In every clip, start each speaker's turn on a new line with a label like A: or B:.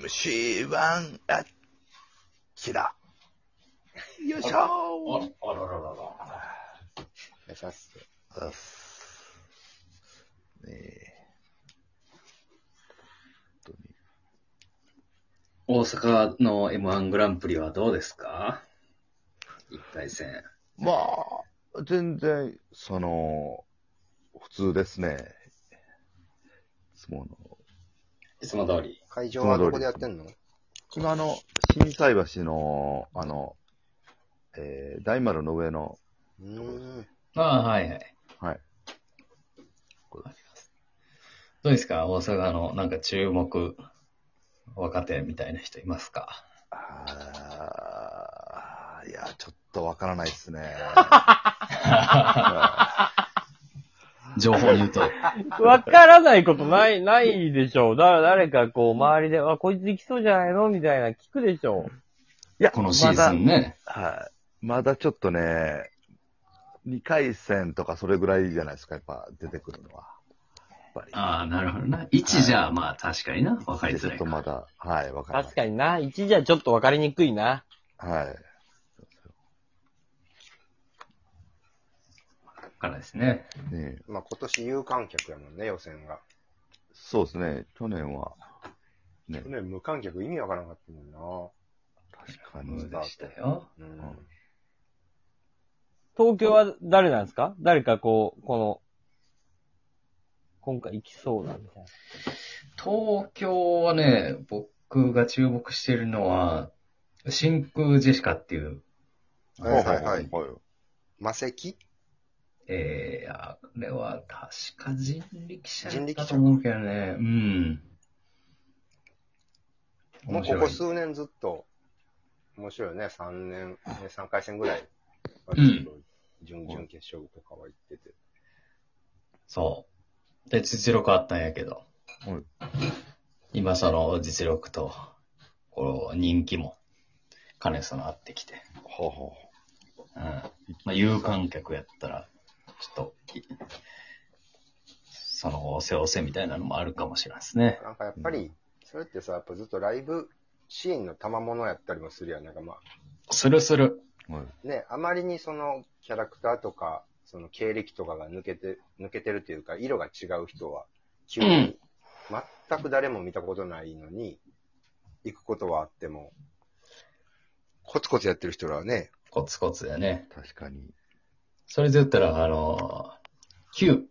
A: 4MC1 アキラ。よいしょー
B: あ
A: お
B: あらららら。
C: 願いします。
A: はようございますねえ。本当に
B: 大阪の M1 グランプリはどうですか一回戦。
A: まあ、全然、その、普通ですね。いつもの。
B: いつも通り。
C: 会場はどこでやってんの
A: 今あの、心斎橋の、あの、えー、大丸の上の、
C: うーん。
B: ああ、はいはい。
A: はい。
B: どうですか大阪のなんか注目若手みたいな人いますか
A: あーいや、ちょっとわからないですね。
B: 情報に 言うと。
D: わからないことない、ないでしょう。だ、誰かこう、周りで、あ、こいつできそうじゃないのみたいな聞くでしょ
A: いや、
B: このシーズンね。
A: まだ、はい。まだちょっとね、2回戦とかそれぐらいじゃないですか、やっぱ出てくるのは。やっぱり。
B: ああ、なるほどな。1じゃ、まあ確かにな。わかりづ
A: ち
B: ら
A: ょっ
B: い
A: と
B: か。
A: まだ、はい、わ
D: う。
A: かりま
D: 確
A: す。
D: かにな。1じゃちょっとわかりにくいな。
A: はい。
B: からですね。
A: ねえ
C: まあ今年有観客やもんね、予選が。
A: そうですね、去年は、ね
C: 去、年無観客意味わからなかったもんな。
A: 確か
B: そう
A: に。
B: でしたよ。
C: うん。
D: 東京は誰なんですか誰かこう、この、今回行きそうなみたいな。
B: 東京はね、僕が注目してるのは、真空ジェシカっていう、
C: はいはいはい
A: はい。
C: 魔石
B: えー、あれは確か人力車
C: 人力
B: だと
C: 車
B: 思うけどね。うん。
C: も
B: 面
C: うこ
B: 白
C: こ
B: い。
C: 数年ずっと、面白いよね。3年、3回戦ぐらい。
B: ん
C: 準々決勝とかは行ってて。
B: そう。で、実力あったんやけど。
A: うん
B: 今その実力と、こう、人気も、兼ね備わってきて。
A: ほうほ
B: うん。まあ、有観客やったら、ちょっと、いその、おせおせみたいなのもあるかもしれないですね。
C: なんかやっぱり、それってさ、やっぱずっとライブシーンの賜物やったりもするやん。なんかまあ、
B: するする。
A: う。はい
C: ね、あまりにそのキャラクターとか、その経歴とかが抜けて、抜けてるというか、色が違う人は、急に、全く誰も見たことないのに、行くことはあっても、コツコツやってる人らはね、
B: コツコツだよね。
A: 確かに。
B: それで言ったら、あのー、Q。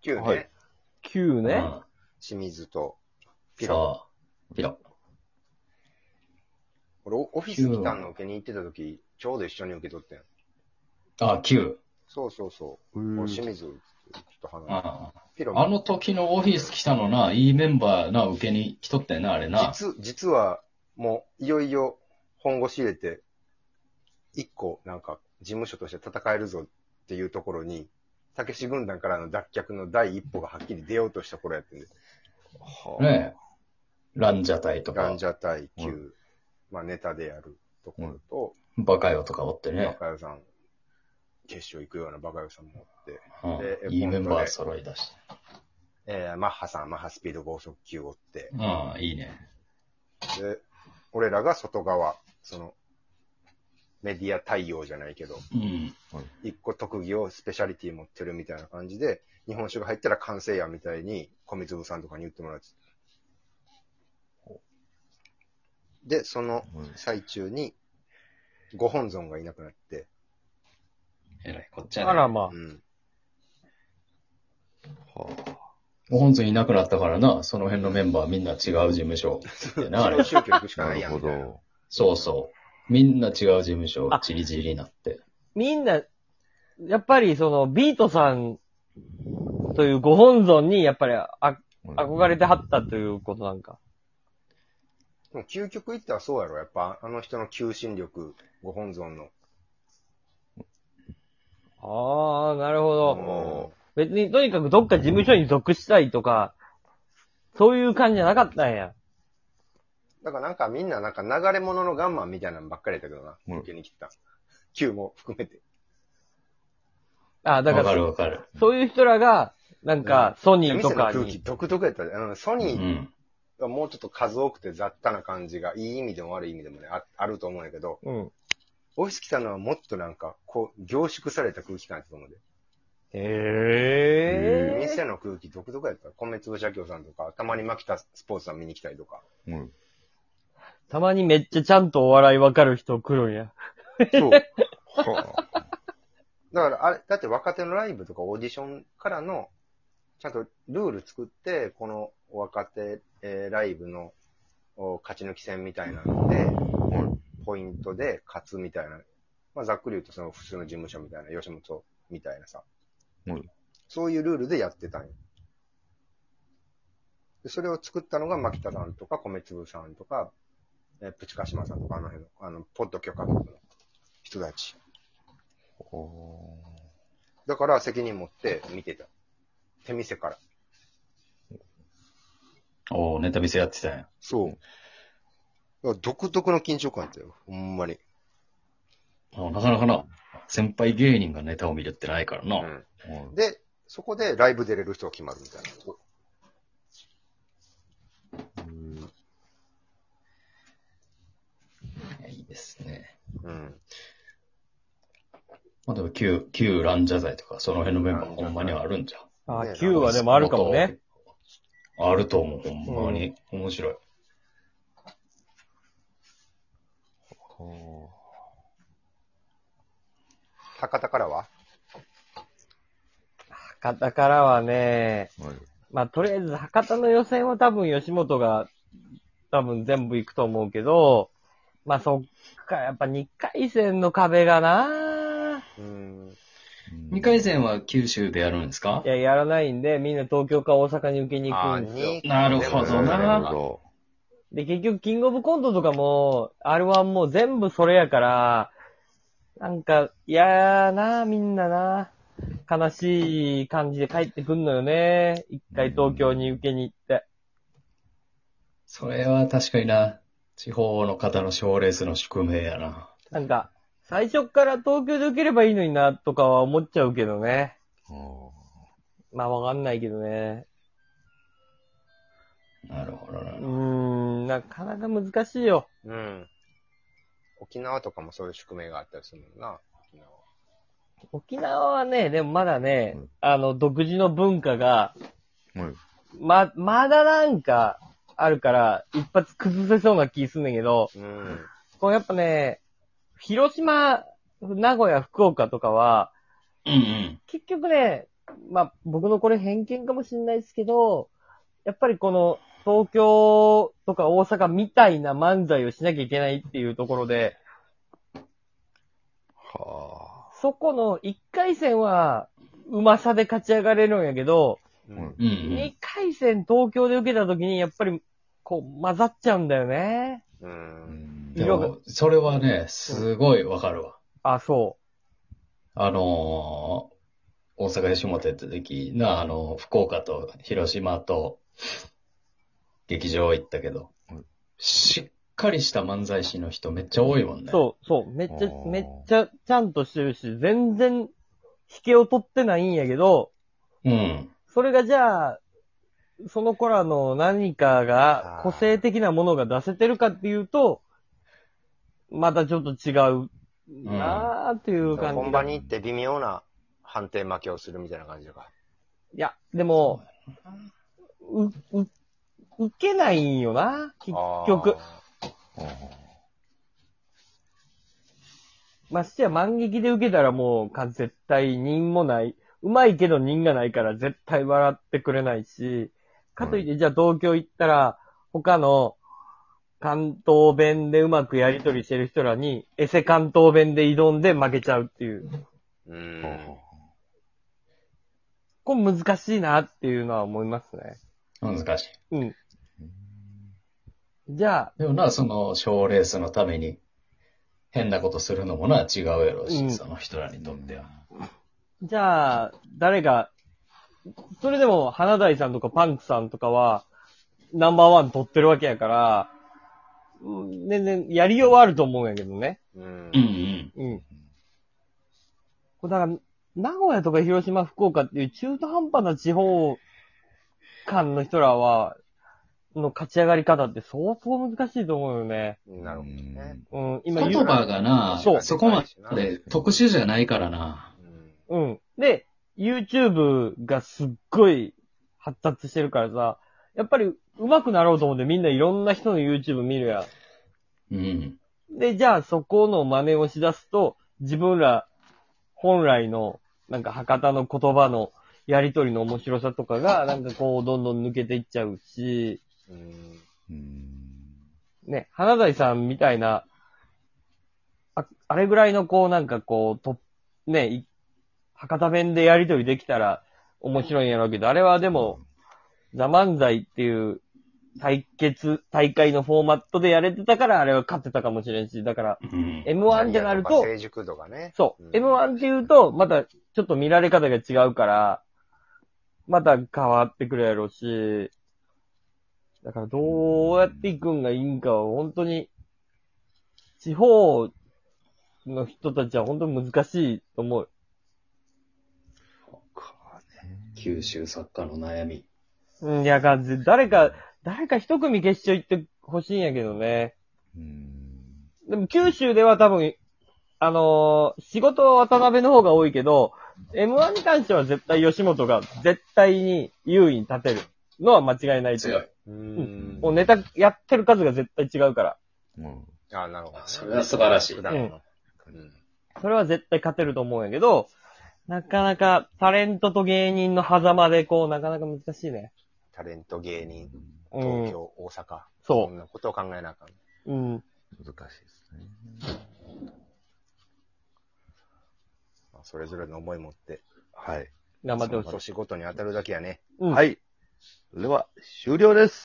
C: 急ね、
A: はい
D: 9
B: う
D: ね。
B: ん
C: 清水と、ピロ。
B: そう。ピロ。
C: 俺、オフィス来たの受けに行ってた時、ちょうど一緒に受け取ったやん。
B: あ、Q。
C: そうそうそうう。
A: ーん
C: 俺清水、ちょっと離
B: う
C: れ
B: ん
C: て
B: あ
C: ピロも
B: の時のオフィス来たのな、いいメンバーな、受けに来とったよな、あれな。
C: 実、実は、もう、いよいよ、本腰入れて、一個、なんか、事務所として戦えるぞっていうところに、たけし軍団からの脱却の第一歩がはっきり出ようとした頃やってんで、
B: ねランジャタイと
C: ラ
B: か
C: ン、ジャ対
A: う
C: 9、まあ、ネタでやるところと、
B: バカヨとかおって
C: バ
B: ね。
C: カヨさん、決勝行くようなバカヨさんもおって、
B: うん
C: で
B: いいメンバー揃いだし。
C: えーマッハさん、マッハスピード剛速球おって、
B: うん、いいね。
C: で、俺らが外側、その、メディア対応じゃないけど、
B: うん。
C: 一個特技をスペシャリティ持ってるみたいな感じで、日本酒が入ったら完成やみたいに、米粒さんとかに言ってもらって。で、その
A: うん
C: 最中に、ご本尊がいなくなって、
B: えらい、こっち
D: あ
B: はね。
D: らまあ
C: う。ん。
A: は
B: ご本尊いなくなったからな、その辺のメンバーみんな違う事務所。でな、あ
C: 違
B: れ
C: う。宗教行くし
A: あ、な
C: かない
A: る
C: やん
A: ほ
C: みたいな。
A: ど。
B: そうそう。みんな違う事務所、チリチリになって。
D: みんな、やっぱりその、ビートさんというご本尊に、やっぱりあ憧れてはったということなんか。
C: でも究極言ったらそうやろ。やっぱあの人の求心力、ご本尊の。
D: ああ、なるほ
C: う
D: ど。
C: ん
D: 別に、とにかくどっか事務所に属したいとか、そういう感じじゃなかったんや。
C: だからなんかみんななんか流れ物のガンマンみたいなのばっかりやったけどな。
A: うん
C: 受けに来た。Q も含めて。
D: あだか
B: わ
D: ら
B: か、るわかる。
D: そういう人らが、なんか、ソニー
C: 店
D: と
C: の
D: か
C: 空気
D: に、
C: 独特やったで。あのソニ
B: う
C: ー
B: ん。
C: だからもうちょっと数多くて雑多な感じが、いい意味でも悪い意味でもね、ああると思うんやけど、
D: うん。
C: 大石さんのはもっとなんか、こう、凝縮された空気感やったと思うで。
D: ええ
C: 店の空気独特やった。米粒社協さんとか、たまに牧田スポーツさん見に来たりとか。
A: うん。
D: たまにめっちゃちゃんとお笑いわかる人来るんや。
C: そう。
A: はあ。
C: だから、あれ、だって若手のライブとかオーディションからの、ちゃんとルール作って、この若手、えーライブのお勝ち抜き戦みたいなので、ポイントで勝つみたいな。まあ、ざっくり言うと、その普通の事務所みたいな、吉本みたいなさ。
A: うん
C: そういうルールでやってたんよ。でそれを作ったのが、牧田さんとか、米粒さんとか、えープチカシマさんとか、あの辺の、あの、ポッド許可局の人たち。
A: ほ
C: だから責任持って見てた。手店から。
B: おおネタ見せやってたんや。
C: そう。だから独特の緊張感だったよ。ほんまに。
B: あなかなかな、先輩芸人がネタを見るってないからな。
A: うは
C: う
A: い
C: んで、そこでライブ出れる人が決まるみたいな。
A: うん
B: いやいいですね。
C: うん。
B: まあでも、旧、旧ランジャザイとか、その辺のメンバーほんまにあるんじゃん。
D: あ、
C: ねえ
D: Q はでもあるかもね。
B: あると思う、ほんまに。面白い。
A: はあ
C: 博多からは
D: 博多からはね、
A: はい。
D: まあ、とりあえず博多の予選は多分吉本が多分全部行くと思うけど、まあ、そっか、やっぱ2回戦の壁がな
C: うん。
B: 2回戦は九州でやるんですか
D: いや、やらないんで、みんな東京か大阪に受けに行くんですよ。
B: なるほどな
A: なるほど。
D: で、結局、キングオブコントとかも、R1 も全部それやから、なんか、いやーなみんなな悲しい感じで帰ってくんのよね。一回東京に受けに行って。
B: それは確かにな。地方の方の賞レースの宿命やな。
D: なんか、最初から東京で受ければいいのにな、とかは思っちゃうけどね。
A: は
D: まあ、わかんないけどね。
B: なるほどな
D: うー。ん、なかなか難しいよ。
C: うん。沖縄とかもそういう宿命があったりするのな。沖縄は
D: 沖縄はね、でもまだね
A: うん、
D: あの、独自の文化が、
A: あはい。
D: ま、まだなんか、あるから、一発崩せそうな気すんねんけど、
C: うん。
D: こうやっぱね、広島、名古屋、福岡とかは、
B: うんうん。
D: 結局ね、まあ、僕のこれ偏見かもしれないですけど、やっぱりこの、東京とか大阪みたいな漫才をしなきゃいけないっていうところで、
A: は
D: そこの1回戦は、うまさで勝ち上がれるんやけど、
C: う
A: うん
C: ん。
B: うんう
D: 2
B: ん。
D: 回戦東京で受けた時に、やっぱり、こう、混ざっちゃうんだよね。
C: う
A: あ。
C: ん。
B: で
D: 色が
B: も、それはね、すごいわかるわ。
D: あ、そ
B: あのー大阪吉本やった時な、あのー福岡と広島と劇場行ったけど
A: うん、
B: しっかりした漫才師の人めっちゃ多いもん
D: う。
B: ね。
D: そう、そう。めっち
A: あ
D: ゃ、
A: ー
D: めっちゃ、ちゃんとしてるし、全然、引けを取ってないんやけど、
B: う。うん。
D: それがじゃあ、その子らの何かが、
C: あー
D: 個性的なものが出せてるかっていうと、またちょっと違うなーっていう感じ
C: 本
D: が。
C: 場に行って微妙な判定負けをするみたいな感じとか。
D: いや、でも、う、う、受けないんよな、結
C: あ
D: 局。
A: は
D: ましてや、万劇で受けたらもうか、絶対人もない。うまいけど人がないから絶対笑ってくれないし、かといって、じゃあ東京行ったら、他の関東弁でうまくやりとりしてる人らに、エセ関東弁で挑んで負けちゃうっていう。
C: ーう
A: あ
C: ん。
D: これ難しいなっていうのは思いますね。
B: 難しい。
D: うん。じゃあ、
B: でもな、その賞レースのために変なことするのもな、違うやろうし、
D: うん
B: その人らにとっては。
D: じゃあ、誰が、それでも、花大さんとかパンクさんとかは、ナンバーワン取ってるわけやから、うん全然、やりようはあると思うんやけどね。
C: うん
B: うんうん。
D: うん。これだから、名古屋とか広島、福岡っていう中途半端な地方間の人らは、の勝ち上がり方って相当難しいと思うよね。
C: なるほどね。
D: うん、今
B: 言
D: 言う。
B: 葉がな、
D: そう
B: そこまで特殊じゃないからな。
C: うん
D: うん。で、YouTube がすっごい発達してるからさ、やっぱり上手くなろうと思ってみんないろんな人の YouTube 見るやん。
B: うん。
D: で、じゃあそこの真似をしだすと、自分ら本来の、なんか博多の言葉のやりとりの面白さとかが、なんかこう、どんどん抜けていっちゃうし、
C: うん。
D: ね、花大さんみたいな、ああれぐらいのこう、なんかこう、と、ね、い博多弁でやりとりできたら面白いんやろうけど、あれはでも、ザ・漫才っていう対決、大会のフォーマットでやれてたから、あれは勝ってたかもしれんし、だから、
B: うん。
D: M1 ってなると、
C: 成熟度がね。
D: そう。
C: うん
D: M1 って言うと、またちょっと見られ方が違うから、また変わってくるやろうし、だからどうやっていくんがいいんかは本当に、地方の人たちは本当に難しいと思う。
B: 九州作家の悩み。
D: うん、いや、感じ。誰か、誰か一組決勝行ってほしいんやけどね。でも九州では多分、あのー仕事は渡辺の方が多いけど、M1 に関しては絶対吉本が絶対に優位に立てるのは間違いないと
B: 強
D: 思う。
B: い。
C: うん
D: もうネタやってる数が絶対違うから。
C: あ、なるほどね。
B: それは素晴らしい
C: 普段のうん
D: それは絶対勝てると思うんやけど、なかなかタレントと芸人の狭間でこう、なかなか難しいね。
C: タレント、芸人、
D: うん。
C: 東京、大阪。
D: そ
C: そんなことを考えなあかん。
D: う。うん。
A: 難しいですね。
C: まあそれぞれの思い持って。
A: はい。
D: 頑張ってほしい。
C: 年ごとに当たるだけやね。
D: うん
A: はい。では、終了です。